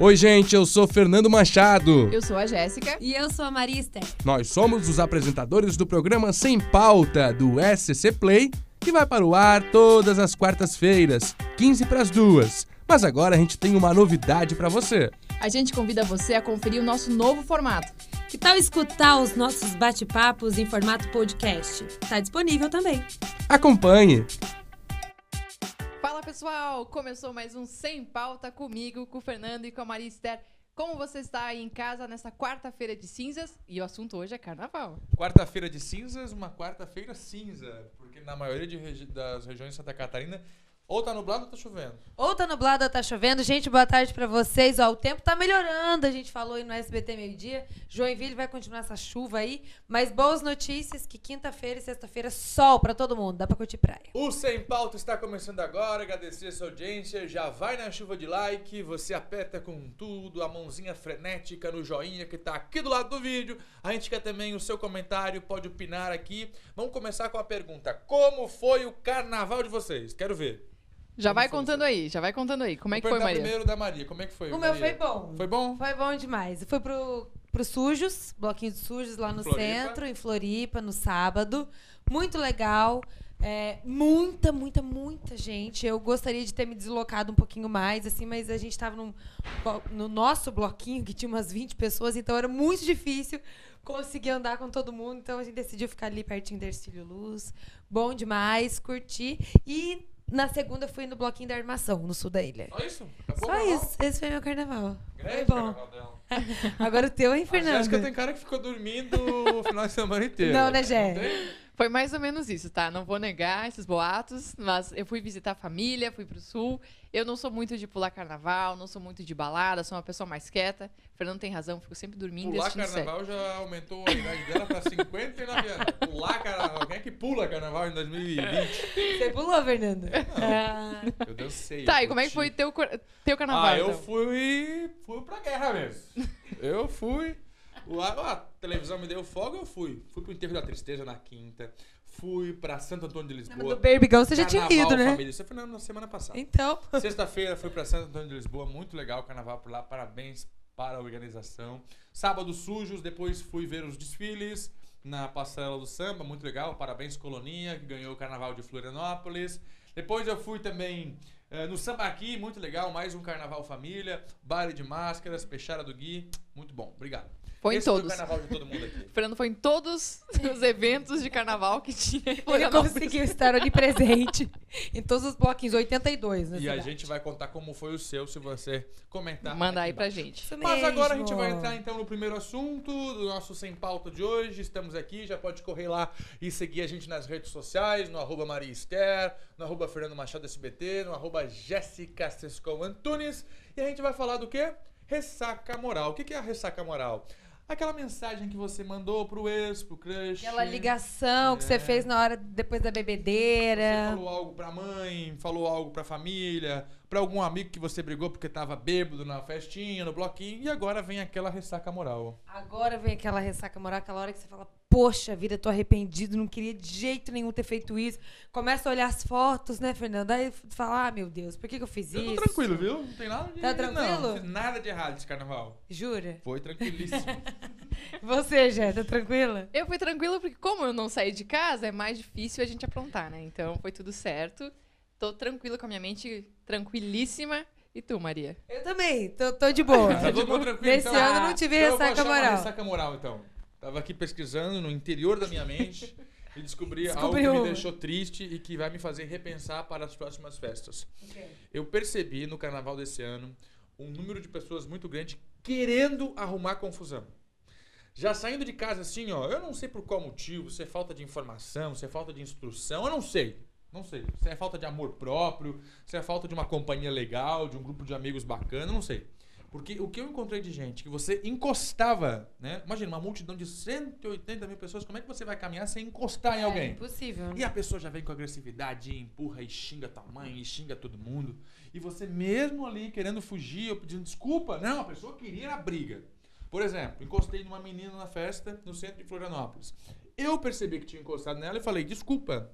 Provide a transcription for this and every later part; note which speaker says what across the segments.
Speaker 1: Oi, gente, eu sou Fernando Machado.
Speaker 2: Eu sou a Jéssica.
Speaker 3: E eu sou a Marista.
Speaker 1: Nós somos os apresentadores do programa Sem Pauta do SC Play, que vai para o ar todas as quartas-feiras, 15 para as duas. Mas agora a gente tem uma novidade para você.
Speaker 2: A gente convida você a conferir o nosso novo formato.
Speaker 3: Que tal escutar os nossos bate-papos em formato podcast? Está disponível também.
Speaker 1: Acompanhe.
Speaker 2: Fala pessoal, começou mais um Sem Pauta comigo, com o Fernando e com a Maria Esther. Como você está aí em casa nessa quarta-feira de cinzas? E o assunto hoje é carnaval.
Speaker 4: Quarta-feira de cinzas, uma quarta-feira cinza, porque na maioria de regi- das regiões de Santa Catarina ou tá nublado ou tá chovendo.
Speaker 3: Ou tá nublado ou tá chovendo. Gente, boa tarde pra vocês. Ó, o tempo tá melhorando, a gente falou aí no SBT meio-dia. Joinville vai continuar essa chuva aí. Mas boas notícias que quinta-feira e sexta-feira sol pra todo mundo. Dá pra curtir praia.
Speaker 4: O Sem Pauta está começando agora, agradecer a sua audiência, já vai na chuva de like, você aperta com tudo, a mãozinha frenética no joinha que tá aqui do lado do vídeo. A gente quer também o seu comentário, pode opinar aqui. Vamos começar com a pergunta, como foi o carnaval de vocês? Quero ver.
Speaker 2: Já vai
Speaker 4: Como foi,
Speaker 2: contando aí, já vai contando aí. Como é
Speaker 4: Vou
Speaker 2: que foi,
Speaker 4: perguntar
Speaker 2: Maria?
Speaker 4: primeiro da Maria, como é que foi?
Speaker 3: O meu
Speaker 4: Maria?
Speaker 3: foi bom.
Speaker 4: Foi bom?
Speaker 3: Foi bom demais. Eu fui pro, pro Sujos, bloquinho de Sujos lá no
Speaker 4: Floripa.
Speaker 3: centro, em Floripa, no sábado. Muito legal. É, muita, muita, muita gente. Eu gostaria de ter me deslocado um pouquinho mais, assim, mas a gente estava num, bo- no nosso bloquinho, que tinha umas 20 pessoas, então era muito difícil conseguir andar com todo mundo. Então a gente decidiu ficar ali pertinho da Ercílio Luz. Bom demais, curti. E na segunda eu fui no bloquinho da armação, no sul da ilha.
Speaker 4: Só É isso? Acabou
Speaker 3: Só
Speaker 4: o carnaval?
Speaker 3: isso. Esse foi meu carnaval.
Speaker 4: Tá Grande
Speaker 3: foi bom.
Speaker 4: carnaval dela.
Speaker 3: Agora o teu, é hein,
Speaker 4: A
Speaker 3: Fernando?
Speaker 4: Jéssica tem cara que ficou dormindo o final de semana inteiro.
Speaker 3: Não, né, Jé?
Speaker 4: tem?
Speaker 2: Foi mais ou menos isso, tá? Não vou negar esses boatos, mas eu fui visitar a família, fui pro sul. Eu não sou muito de pular carnaval, não sou muito de balada, sou uma pessoa mais quieta. Fernando tem razão, fico sempre dormindo e
Speaker 4: Pular
Speaker 2: assistindo série.
Speaker 4: carnaval já aumentou a idade dela pra 59 anos. Pular carnaval. Quem é que pula carnaval em 2020?
Speaker 3: Você pulou, Fernando? Ah,
Speaker 4: Eu dancei.
Speaker 2: Tá,
Speaker 4: eu
Speaker 2: e como é que foi
Speaker 4: curti.
Speaker 2: teu, cor- teu carnaval?
Speaker 4: Ah, eu
Speaker 2: então?
Speaker 4: fui. Fui pra guerra mesmo. Eu fui. O- A, a televisão me deu folga, eu fui. Fui pro Enterro da Tristeza na quinta. Fui pra Santo Antônio de
Speaker 3: mas do
Speaker 4: Lisboa.
Speaker 3: Baby Girl você já tinha
Speaker 4: Carnaval,
Speaker 3: ido, né?
Speaker 4: Família. Isso foi na, na semana passada.
Speaker 3: Então,
Speaker 4: Sexta-feira fui pra Santo Antônio de Lisboa, muito legal o carnaval por lá, parabéns para a organização. Sábado sujos, depois fui ver os desfiles na Passarela do Samba, muito legal, parabéns Colonia, que ganhou o carnaval de Florianópolis. Depois eu fui também eh, no Sambaqui, muito legal, mais um carnaval família, baile de máscaras, peixada do Gui, muito bom, obrigado.
Speaker 2: Foi em
Speaker 4: Esse
Speaker 2: todos.
Speaker 4: Foi o carnaval de todo mundo aqui.
Speaker 2: O Fernando foi em todos os eventos de carnaval que tinha. em
Speaker 3: ele
Speaker 2: Florianópolis.
Speaker 3: conseguiu estar ali presente em todos os bloquinhos, 82, né?
Speaker 4: E a gente vai contar como foi o seu, se você comentar.
Speaker 2: Manda
Speaker 4: aqui
Speaker 2: aí pra
Speaker 4: embaixo.
Speaker 2: gente.
Speaker 4: Mas agora a gente vai entrar então no primeiro assunto do nosso Sem Pauta de hoje. Estamos aqui, já pode correr lá e seguir a gente nas redes sociais, no arroba Maria Esther, no arroba Fernando Machado SBT, no arroba Jéssica Sescon Antunes. E a gente vai falar do quê? Ressaca moral. O que que é a ressaca moral? Aquela mensagem que você mandou pro ex, pro crush.
Speaker 3: Aquela ligação que você fez na hora depois da
Speaker 4: É. Você
Speaker 3: bebedeira.
Speaker 4: falou algo pra mãe, falou algo pra família, pra algum amigo que você brigou porque tava bêbado na festinha, no bloquinho, e agora vem aquela ressaca moral.
Speaker 3: Agora vem aquela ressaca moral, aquela hora que você fala, poxa vida, tô arrependido, não queria de jeito nenhum ter feito isso. Começa a olhar as fotos, né, Fernando? Aí fala, ah, meu Deus, por que, que eu fiz
Speaker 4: Eu
Speaker 3: isso?
Speaker 4: tô Tá tranquilo, viu? Não tem nada de
Speaker 3: Tá tranquilo?
Speaker 4: Não, não fiz nada de errado esse carnaval.
Speaker 3: Jura?
Speaker 4: Foi tranquilíssimo.
Speaker 3: Você, Jé, tá tranquila?
Speaker 2: Eu fui tranquila porque, como eu não saí de casa, é mais difícil a gente aprontar, né? Então foi tudo certo. Tô tranquila com a minha mente, tranquilíssima. E tu, Maria?
Speaker 3: Eu também, tô, tô de boa.
Speaker 4: tá todo mundo tranquilo,
Speaker 3: Tipo, Nesse
Speaker 4: então?
Speaker 3: ano não tive
Speaker 4: Então eu vou
Speaker 3: ressaca
Speaker 4: achar uma
Speaker 3: moral.
Speaker 4: ressaca moral, então. Tava aqui pesquisando no interior da minha mente e descobri algo
Speaker 3: Descobriu
Speaker 4: que me
Speaker 3: uma.
Speaker 4: deixou triste e que vai me fazer repensar para as próximas festas. Eu percebi no carnaval desse ano um número de pessoas muito grande querendo arrumar confusão. Já saindo de casa assim, ó, eu não sei por qual motivo, se é falta de informação, se é falta de instrução, eu não sei. Não sei. Se é falta de amor próprio, se é falta de uma companhia legal, de um grupo de amigos bacana, eu não sei. Porque o que eu encontrei de gente que você encostava, né? Imagina, uma multidão de 180 mil pessoas, como é que você vai caminhar sem encostar em
Speaker 3: É
Speaker 4: alguém?
Speaker 3: impossível.
Speaker 4: E a pessoa já vem com agressividade, e empurra e xinga tua mãe, e xinga todo mundo. E você mesmo ali querendo fugir ou pedindo desculpa, não, a pessoa queria a briga. Por exemplo, encostei numa menina na festa no centro de Florianópolis. Eu percebi que tinha encostado nela e falei, desculpa.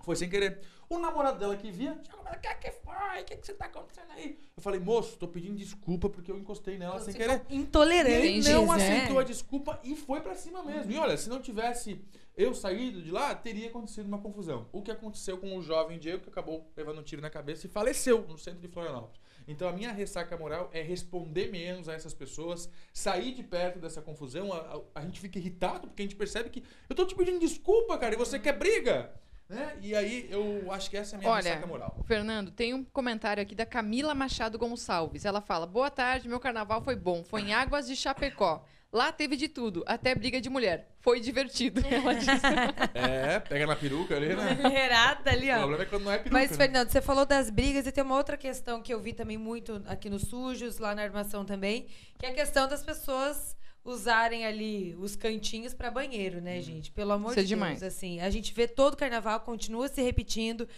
Speaker 4: Foi sem querer. O namorado dela que via, chegou pra ela, que que foi? O que, que você tá acontecendo aí? Eu falei, moço, tô pedindo desculpa porque eu encostei nela sem querer.
Speaker 3: Intolerante.
Speaker 4: Ele
Speaker 2: Entendi,
Speaker 4: não
Speaker 2: né?
Speaker 4: aceitou Um a desculpa e foi pra cima mesmo. E olha, se não tivesse eu saído de lá, teria acontecido uma confusão. O que aconteceu com o jovem Diego, que acabou levando um tiro na cabeça e faleceu no centro de Florianópolis. Então a minha ressaca moral é responder menos a essas pessoas, sair de perto dessa confusão. A, a- a gente fica irritado porque a gente percebe que eu tô te pedindo desculpa, cara, e você quer briga. Né? E aí eu acho que essa é a minha
Speaker 2: Olha,
Speaker 4: ressaca moral.
Speaker 2: Fernando, tem um comentário aqui da Camila Machado Gonçalves. Ela fala: Boa tarde, meu carnaval foi bom. Foi em Águas de Chapecó. Lá teve de tudo, até briga de mulher. Foi divertido. Ela diz.
Speaker 4: É, pega na peruca ali, né?
Speaker 3: Mulherada ali,
Speaker 4: O
Speaker 3: ó.
Speaker 4: problema é quando não é peruca.
Speaker 3: Mas,
Speaker 4: né?
Speaker 3: Fernando, você falou das brigas e tem uma outra questão que eu vi também muito aqui nos Sujos, lá na Armação também, que é a questão das pessoas usarem ali os cantinhos pra banheiro, né, gente? Pelo amor
Speaker 2: Isso é
Speaker 3: de
Speaker 2: demais.
Speaker 3: Deus, assim. A gente vê todo o carnaval, continua se repetindo.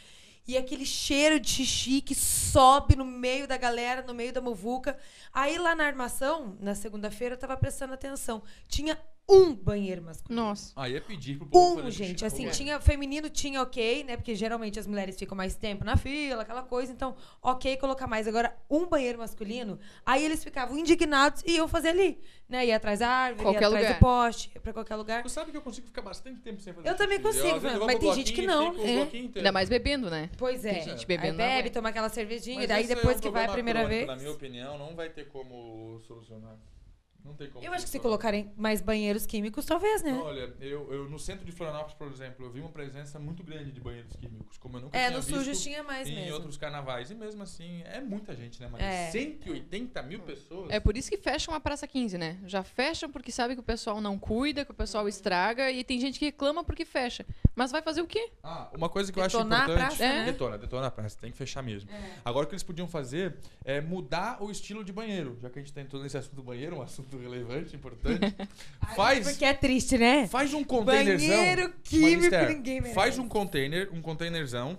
Speaker 3: E aquele cheiro de xixi que sobe no meio da galera, no meio da muvuca. Aí lá na armação, na segunda-feira, eu tava prestando atenção. Tinha um banheiro masculino.
Speaker 2: Nossa.
Speaker 4: Aí é pedir pro povo
Speaker 3: Um,
Speaker 4: fazer xixi
Speaker 3: gente.
Speaker 4: na
Speaker 3: Assim,
Speaker 4: rua.
Speaker 3: tinha feminino, tinha ok, né? Porque geralmente as mulheres ficam mais tempo na fila, aquela coisa. Então, ok, colocar mais. Agora, um banheiro masculino, aí eles ficavam indignados e iam fazer ali, né? Ia atrás da árvore,
Speaker 2: Qualquer
Speaker 3: ia atrás
Speaker 2: lugar.
Speaker 3: do poste, ia pra qualquer lugar.
Speaker 4: Tu sabe que eu consigo ficar bastante tempo sem fazer
Speaker 3: Eu também
Speaker 4: xixi, entendeu?
Speaker 3: consigo,
Speaker 4: Às vezes eu
Speaker 3: Fernando,
Speaker 4: vou
Speaker 3: mas
Speaker 4: pro
Speaker 3: tem gente que não, é.
Speaker 4: bloquinho e fico o bloquinho inteiro.
Speaker 2: Ainda mais bebendo, né?
Speaker 3: Pois é.
Speaker 4: Tem gente
Speaker 3: aí
Speaker 2: bebendo, não
Speaker 3: bebe,
Speaker 2: aguenta.
Speaker 3: toma aquela cervejinha,
Speaker 4: Mas
Speaker 3: e daí
Speaker 4: esse é
Speaker 3: depois
Speaker 4: um
Speaker 3: que vai a
Speaker 4: problema
Speaker 3: primeira
Speaker 4: crônico,
Speaker 3: vez.
Speaker 4: Na minha opinião, não vai ter como solucionar. Não tem como.
Speaker 3: Eu acho que se
Speaker 4: solucionar.
Speaker 3: colocarem mais banheiros químicos, talvez, né?
Speaker 4: Olha, eu, eu no centro de Florianópolis, por exemplo, eu vi uma presença muito grande de banheiros químicos, como eu nunca
Speaker 3: é,
Speaker 4: tinha
Speaker 3: no
Speaker 4: visto
Speaker 3: sujo tinha mais
Speaker 4: em
Speaker 3: mesmo.
Speaker 4: outros carnavais. E mesmo assim, é muita gente, né, Maria?
Speaker 3: É.
Speaker 4: 180 mil pessoas.
Speaker 2: É por isso que fecham a Praça 15, né? Já fecham porque sabe que o pessoal não cuida, que o pessoal estraga e tem gente que reclama porque fecha. Mas vai fazer o quê?
Speaker 4: Ah, uma coisa que eu acho
Speaker 3: Detonar a
Speaker 4: importante.
Speaker 3: praça, É.
Speaker 2: É. né?
Speaker 4: Detona, detona a praça, tem que fechar mesmo. Agora o que eles podiam fazer é mudar o estilo de banheiro, já que a gente tá entrando nesse assunto do banheiro, um assunto relevante, importante. faz,
Speaker 3: Porque é triste, né?
Speaker 4: faz um containerzão.
Speaker 3: Banheiro químico,
Speaker 4: Magister,
Speaker 3: ninguém merece.
Speaker 4: Faz um container, um containerzão,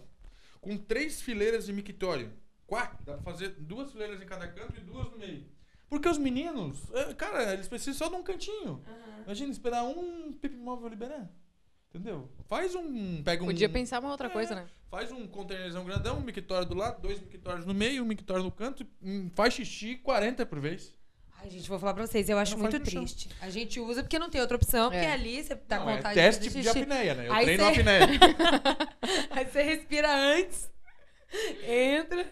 Speaker 4: com três fileiras de mictório. Quatro. Dá pra fazer duas fileiras em cada canto e duas no meio. Porque os meninos, eh, cara, eles precisam só de um cantinho. Imagina, esperar um pipo móvel liberar. Entendeu? Faz um. Pega um.
Speaker 2: Podia pensar uma outra
Speaker 4: É.
Speaker 2: coisa, né?
Speaker 4: Faz um containerzão grandão, um mictório do lado, dois mictórios no meio, um mictório no canto, hum, faz xixi 40 por vez.
Speaker 3: Ai, gente, vou falar pra vocês, eu acho
Speaker 4: Não faz
Speaker 3: muito
Speaker 4: no chão.
Speaker 3: triste. A gente usa porque não tem outra opção, porque
Speaker 2: É.
Speaker 3: ali você tá
Speaker 4: Não,
Speaker 3: com
Speaker 4: é
Speaker 3: vontade
Speaker 4: teste
Speaker 3: de
Speaker 4: de,
Speaker 3: fazer xixi.
Speaker 4: apneia, né? Eu
Speaker 3: Aí
Speaker 4: treino
Speaker 3: cê-
Speaker 4: apneia.
Speaker 3: Aí você respira antes, entra,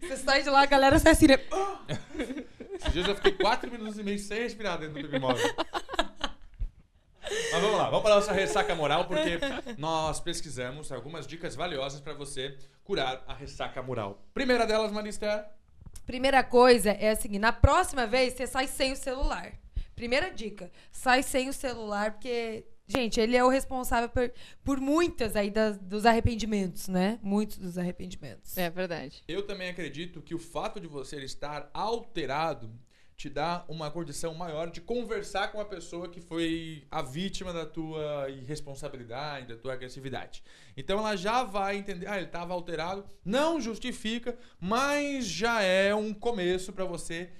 Speaker 3: você sai de lá, a galera sai assim, né?
Speaker 4: Esses dias eu fiquei 4 minutos e meio sem respirar dentro do Bimóvel. Mas vamos lá, vamos para nossa ressaca moral, porque nós pesquisamos algumas dicas valiosas para você curar a ressaca moral. Primeira delas, Marista.
Speaker 3: Primeira coisa é a seguinte, na próxima vez você sai sem o celular. Primeira dica, sai sem o celular, porque, gente, ele é o responsável por, por muitas aí das- dos arrependimentos, né? Muitos dos arrependimentos.
Speaker 2: É verdade.
Speaker 4: Eu também acredito que o fato de você estar alterado te dá uma condição maior de conversar com a pessoa que foi a vítima da tua irresponsabilidade, da tua agressividade. Então ela já vai entender, ah, ele estava alterado, não justifica, mas já é um começo para você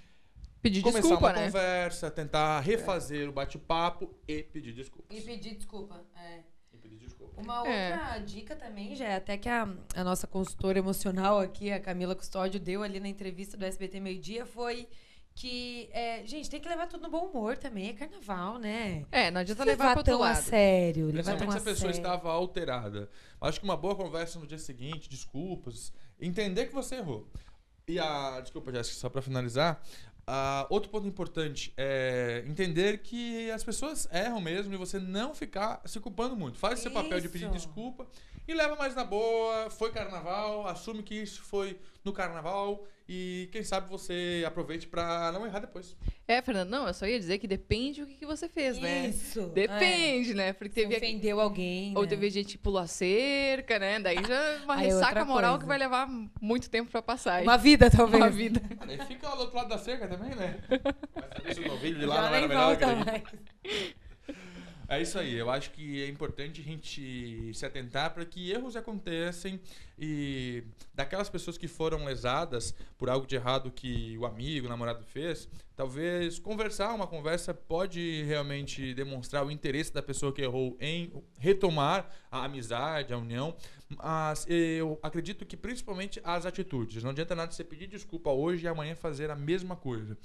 Speaker 2: Pedir
Speaker 4: começar
Speaker 2: desculpa,
Speaker 4: uma
Speaker 2: né?
Speaker 4: conversa, tentar refazer o bate-papo e pedir desculpas.
Speaker 3: E pedir desculpa, é.
Speaker 4: E pedir desculpas.
Speaker 3: Uma
Speaker 2: É.
Speaker 3: outra dica também, já é até que a, a nossa consultora emocional aqui, a Camila Custódio, deu ali na entrevista do SBT Meio Dia, foi que, é, gente, tem que levar tudo no bom humor também, é carnaval, né?
Speaker 2: É, não adianta
Speaker 3: Não
Speaker 2: levar pro outro
Speaker 3: tão a
Speaker 2: lado.
Speaker 3: sério, levar tão
Speaker 4: Principalmente
Speaker 3: a,
Speaker 4: se a pessoa
Speaker 3: sério.
Speaker 4: estava alterada. Acho que uma boa conversa no dia seguinte, desculpas, entender que você errou. E a. Desculpa, Jéssica, só para finalizar. ah, outro ponto importante é entender que as pessoas erram mesmo e você não ficar se culpando muito. Faz seu papel de pedir
Speaker 3: Isso.
Speaker 4: desculpa e leva mais na boa. Foi carnaval, assume que isso foi no carnaval e quem sabe você aproveite para não errar depois.
Speaker 2: É, Fernando, não, eu só ia dizer que depende do que, que você fez, né?
Speaker 3: Isso. é.
Speaker 2: Depende, né? Porque
Speaker 3: Se
Speaker 2: teve aqui.
Speaker 3: ofendeu alguém,
Speaker 2: Ou
Speaker 3: né?
Speaker 2: teve gente que pulou a cerca, né? Daí já é uma
Speaker 3: Aí é outra
Speaker 2: ressaca moral
Speaker 3: coisa.
Speaker 2: que vai levar muito tempo pra passar.
Speaker 3: Uma vida, talvez.
Speaker 2: Uma vida.
Speaker 4: Aí fica do outro lado da cerca também, né? Mas fazer isso no vídeo
Speaker 3: Já
Speaker 4: de lá não
Speaker 3: nem
Speaker 4: era melhor que
Speaker 3: volta
Speaker 4: aqui.
Speaker 3: mais.
Speaker 4: É isso aí, eu acho que é importante a gente se atentar para que erros acontecem, E daquelas pessoas que foram lesadas por algo de errado que o amigo, o namorado fez, talvez conversar, uma conversa pode realmente demonstrar o interesse da pessoa que errou em retomar a amizade, a união. Mas eu acredito que principalmente as atitudes. Não adianta nada você pedir desculpa hoje e amanhã fazer a mesma coisa.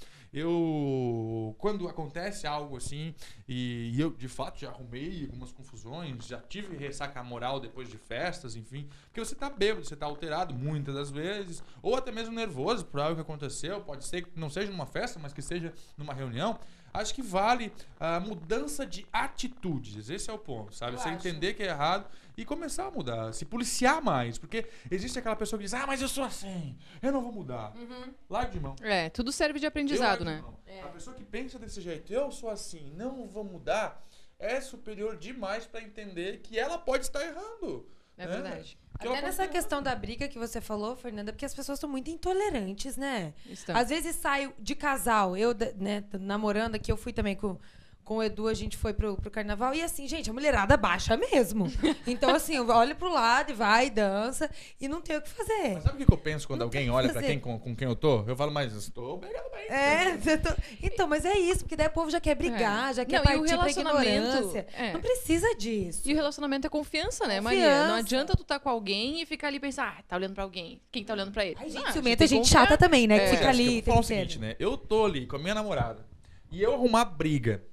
Speaker 4: Eu, quando acontece algo assim, e eu de fato já arrumei algumas confusões, já tive ressaca moral depois de festas, enfim, porque você tá bêbado, você tá alterado muitas das vezes, ou até mesmo nervoso por algo que aconteceu, pode ser que não seja numa festa, mas que seja numa reunião. Acho que vale a mudança de atitudes, esse é o ponto, sabe?
Speaker 3: Eu
Speaker 4: você
Speaker 3: acho.
Speaker 4: entender que é errado e começar a mudar, se policiar mais, porque existe aquela pessoa que diz: "Ah, mas eu sou assim, eu não vou mudar".
Speaker 3: Uhum.
Speaker 4: Larga de mão.
Speaker 2: É, tudo serve de aprendizado,
Speaker 4: Eu
Speaker 2: né?
Speaker 4: acho que não. A pessoa que pensa desse jeito, eu sou assim, não vou mudar, é superior demais pra entender que ela pode estar errando.
Speaker 2: É
Speaker 4: né?
Speaker 2: verdade.
Speaker 4: Que ela
Speaker 3: Até
Speaker 4: pode
Speaker 3: nessa
Speaker 4: estar
Speaker 3: questão da briga que você falou, Fernanda, porque as pessoas são muito intolerantes, né?
Speaker 2: Então,
Speaker 3: Às vezes saio de casal, eu, da- né, tô namorando aqui, eu fui também com. Com o Edu, a gente foi pro, pro carnaval. E assim, gente, a mulherada baixa mesmo. Então, assim, eu olho pro lado e vai, dança. E não tem o que fazer.
Speaker 4: É. Mas sabe o que eu penso quando
Speaker 3: Não
Speaker 4: alguém
Speaker 3: tem o que
Speaker 4: olha pra
Speaker 3: fazer.
Speaker 4: quem com, com quem eu tô? Eu falo, mas estou obrigado bem.
Speaker 3: É, você tá- então, mas é isso, porque daí o povo já quer brigar,
Speaker 2: É.
Speaker 3: já
Speaker 2: Não, e o
Speaker 3: quer partir pra
Speaker 2: relacionamento,
Speaker 3: ignorância.
Speaker 2: é.
Speaker 3: Não precisa disso.
Speaker 2: E o relacionamento é confiança, né, Maria? Não
Speaker 3: Confiança.
Speaker 2: adianta tu tá com alguém e ficar ali e pensar, ah, tá olhando pra alguém. Quem tá olhando pra ele?
Speaker 3: Ai,
Speaker 2: Ah,
Speaker 3: gente,
Speaker 2: a
Speaker 3: ciumento
Speaker 2: tem que
Speaker 3: é gente
Speaker 2: confiar.
Speaker 3: chata também, né?
Speaker 2: É.
Speaker 3: Que fica
Speaker 4: Jéssica,
Speaker 3: ali.
Speaker 4: eu vou falar o
Speaker 3: tempo
Speaker 4: seguinte,
Speaker 3: inteiro.
Speaker 4: né? Eu tô ali com a minha namorada e eu arrumar briga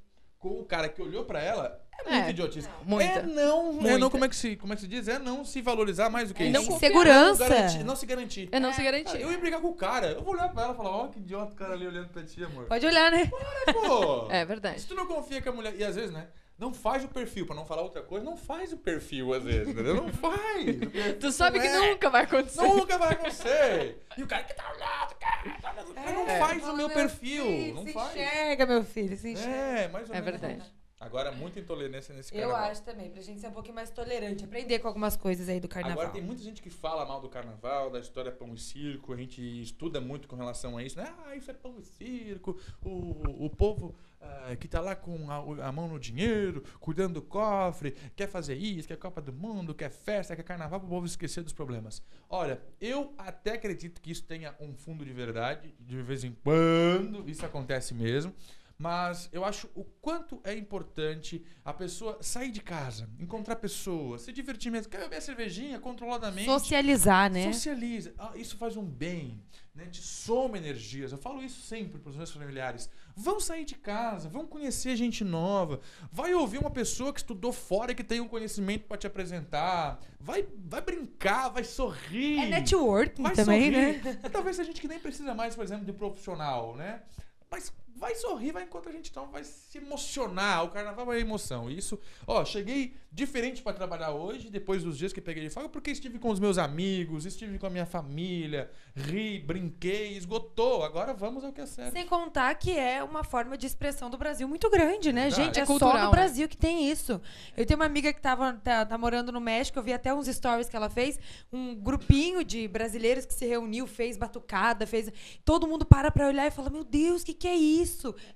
Speaker 4: com o cara que olhou pra ela é muito
Speaker 2: É,
Speaker 4: idiotice.
Speaker 2: muita.
Speaker 4: É não, é
Speaker 2: Muita.
Speaker 4: não como é que se, como é que se diz? É não se valorizar mais do que
Speaker 2: É
Speaker 4: isso.
Speaker 2: não
Speaker 3: Tem
Speaker 2: confiar,
Speaker 3: segurança.
Speaker 4: Não, garantir, não se garantir.
Speaker 2: É não se
Speaker 4: Cara,
Speaker 2: garantir.
Speaker 4: eu ia brigar com o cara, eu vou olhar pra ela e falar, ó, que idiota o cara ali olhando pra ti, amor.
Speaker 3: Pode olhar, né?
Speaker 4: Pô,
Speaker 2: É verdade.
Speaker 4: se tu não confia que a mulher... E às vezes, né, não faz o perfil, pra não falar outra coisa, não faz o perfil às vezes, entendeu? Não faz. O perfil
Speaker 2: Tu sabe que
Speaker 4: é.
Speaker 2: nunca vai acontecer.
Speaker 4: Nunca vai acontecer. E o cara que tá olhando, cara, tá olhando. Mas não
Speaker 2: É.
Speaker 4: faz o
Speaker 3: É. Fala,
Speaker 4: meu perfil.
Speaker 3: filho,
Speaker 4: não
Speaker 3: se
Speaker 4: faz.
Speaker 3: enxerga, meu filho, se enxerga.
Speaker 4: É, mais ou
Speaker 2: É
Speaker 4: menos.
Speaker 2: verdade.
Speaker 4: isso. Agora, muita intolerância nesse
Speaker 3: Eu
Speaker 4: carnaval.
Speaker 3: acho também, pra gente ser um pouquinho mais tolerante, aprender com algumas coisas aí do carnaval.
Speaker 4: Agora tem muita gente que fala mal do carnaval, da história pão e circo, a gente estuda muito com relação a isso, né? Ah, isso é pão e circo, o, o povo ah, que tá lá com a, a mão no dinheiro, cuidando do cofre, quer fazer isso, quer Copa do Mundo, quer festa, quer carnaval, pro povo esquecer dos problemas. Olha, eu até acredito que isso tenha um fundo de verdade, de vez em quando, isso acontece mesmo. Mas eu acho o quanto é importante a pessoa sair de casa, encontrar pessoas, se divertir mesmo. Quer beber a cervejinha controladamente?
Speaker 3: Socializar, né?
Speaker 4: Socializa. Ah, isso faz um bem, né? Te soma energias. Eu falo isso sempre para os meus familiares. Vão sair de casa, vão conhecer gente nova. Vai ouvir uma pessoa que estudou fora e que tem um conhecimento para te apresentar. Vai, vai brincar, vai sorrir.
Speaker 3: É networking
Speaker 4: Vai
Speaker 3: também,
Speaker 4: sorrir.
Speaker 3: né?
Speaker 4: Talvez a gente que nem precisa mais, por exemplo, de profissional, né? Mas vai sorrir, vai encontrar gente nova, vai se emocionar. O carnaval é emoção. Isso, ó, cheguei diferente pra trabalhar hoje, depois dos dias que peguei de folga, porque estive com os meus amigos, estive com a minha família, ri, brinquei, esgotou. Agora vamos ao que é certo.
Speaker 3: Sem contar que é uma forma de expressão do Brasil muito grande, né,
Speaker 4: Verdade.
Speaker 3: gente?
Speaker 2: É
Speaker 3: É,
Speaker 2: cultural,
Speaker 3: só
Speaker 2: né?
Speaker 3: no Brasil que tem isso. Eu tenho uma amiga que tava, tá, tá morando no México, eu vi até uns stories que ela fez, um grupinho de brasileiros que se reuniu, fez batucada, fez... Todo mundo para pra olhar e fala, meu Deus, o que que é isso?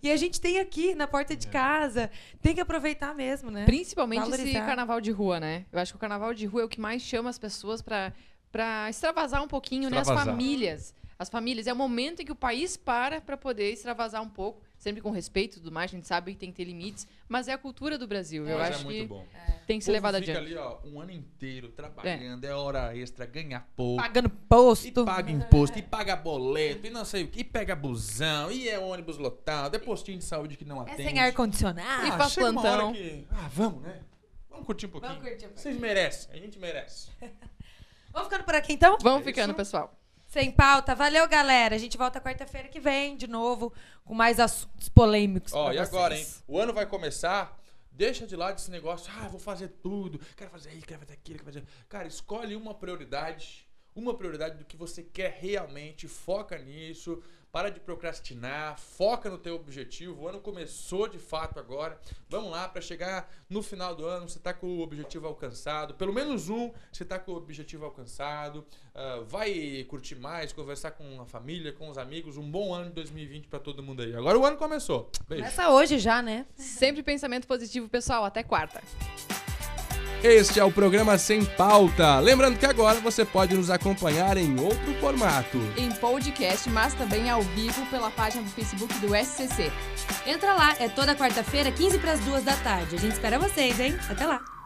Speaker 3: E a gente tem aqui, na porta
Speaker 4: É.
Speaker 3: de casa. Tem que aproveitar mesmo, né?
Speaker 2: Principalmente esse
Speaker 3: Valorizar.
Speaker 2: carnaval de rua, né? Eu acho que o carnaval de rua é o que mais chama as pessoas pra, pra extravasar um pouquinho, né? As
Speaker 4: Extravasar.
Speaker 2: famílias. As famílias. É o momento em que o país para pra poder extravasar um pouco. Sempre com respeito e tudo mais, a gente sabe que tem que ter limites. Mas é a cultura do Brasil. eu
Speaker 4: Mas
Speaker 2: acho
Speaker 4: é
Speaker 2: que
Speaker 4: muito bom.
Speaker 2: tem que ser levado
Speaker 4: fica
Speaker 2: adiante.
Speaker 4: ali, ó, um ano inteiro trabalhando, é, hora extra, ganha pouco.
Speaker 3: Pagando
Speaker 4: E
Speaker 3: posto.
Speaker 4: paga imposto, e paga boleto, e não sei o que, e pega busão, e é ônibus lotado, é postinho de saúde que não
Speaker 3: É
Speaker 4: atende. Ah,
Speaker 3: sem ar-condicionado.
Speaker 2: E faz
Speaker 4: chega uma
Speaker 2: plantão.
Speaker 4: hora que- Ah, vamos, né? Vamos curtir um pouquinho.
Speaker 3: Vamos curtir um pouquinho.
Speaker 4: Vocês merecem, a gente merece.
Speaker 3: Vamos ficando por aqui, então?
Speaker 2: Vamos
Speaker 4: É
Speaker 2: ficando,
Speaker 4: isso.
Speaker 2: pessoal.
Speaker 3: Sem pauta. Valeu, galera. A gente volta quarta-feira que vem, de novo, com mais assuntos polêmicos.
Speaker 4: Ó,
Speaker 3: pra
Speaker 4: e agora, hein?
Speaker 3: vocês.
Speaker 4: O ano vai começar. Deixa de lado esse negócio, ah, vou fazer tudo, quero fazer isso, quero fazer aquilo, quero fazer. Cara, escolhe uma prioridade, uma prioridade do que você quer realmente, foca nisso, para de procrastinar, foca no teu objetivo. O ano começou de fato agora. Vamos lá para chegar no final do ano, você tá com o objetivo alcançado, pelo menos um, você tá com o objetivo alcançado. Ah, vai curtir mais, conversar com a família, com os amigos. Um bom ano de 2020 para todo mundo aí. Agora o ano começou. Beijo.
Speaker 3: Começa hoje já, né?
Speaker 2: Sempre pensamento positivo, pessoal. Até quarta.
Speaker 1: Este é o programa Sem Pauta. Lembrando que agora você pode nos acompanhar em outro formato.
Speaker 2: Em podcast, mas também ao vivo pela página do Facebook do SCC.
Speaker 3: Entra lá, é toda quarta-feira, 15 para as 2 da tarde. A gente espera vocês, hein? Até lá.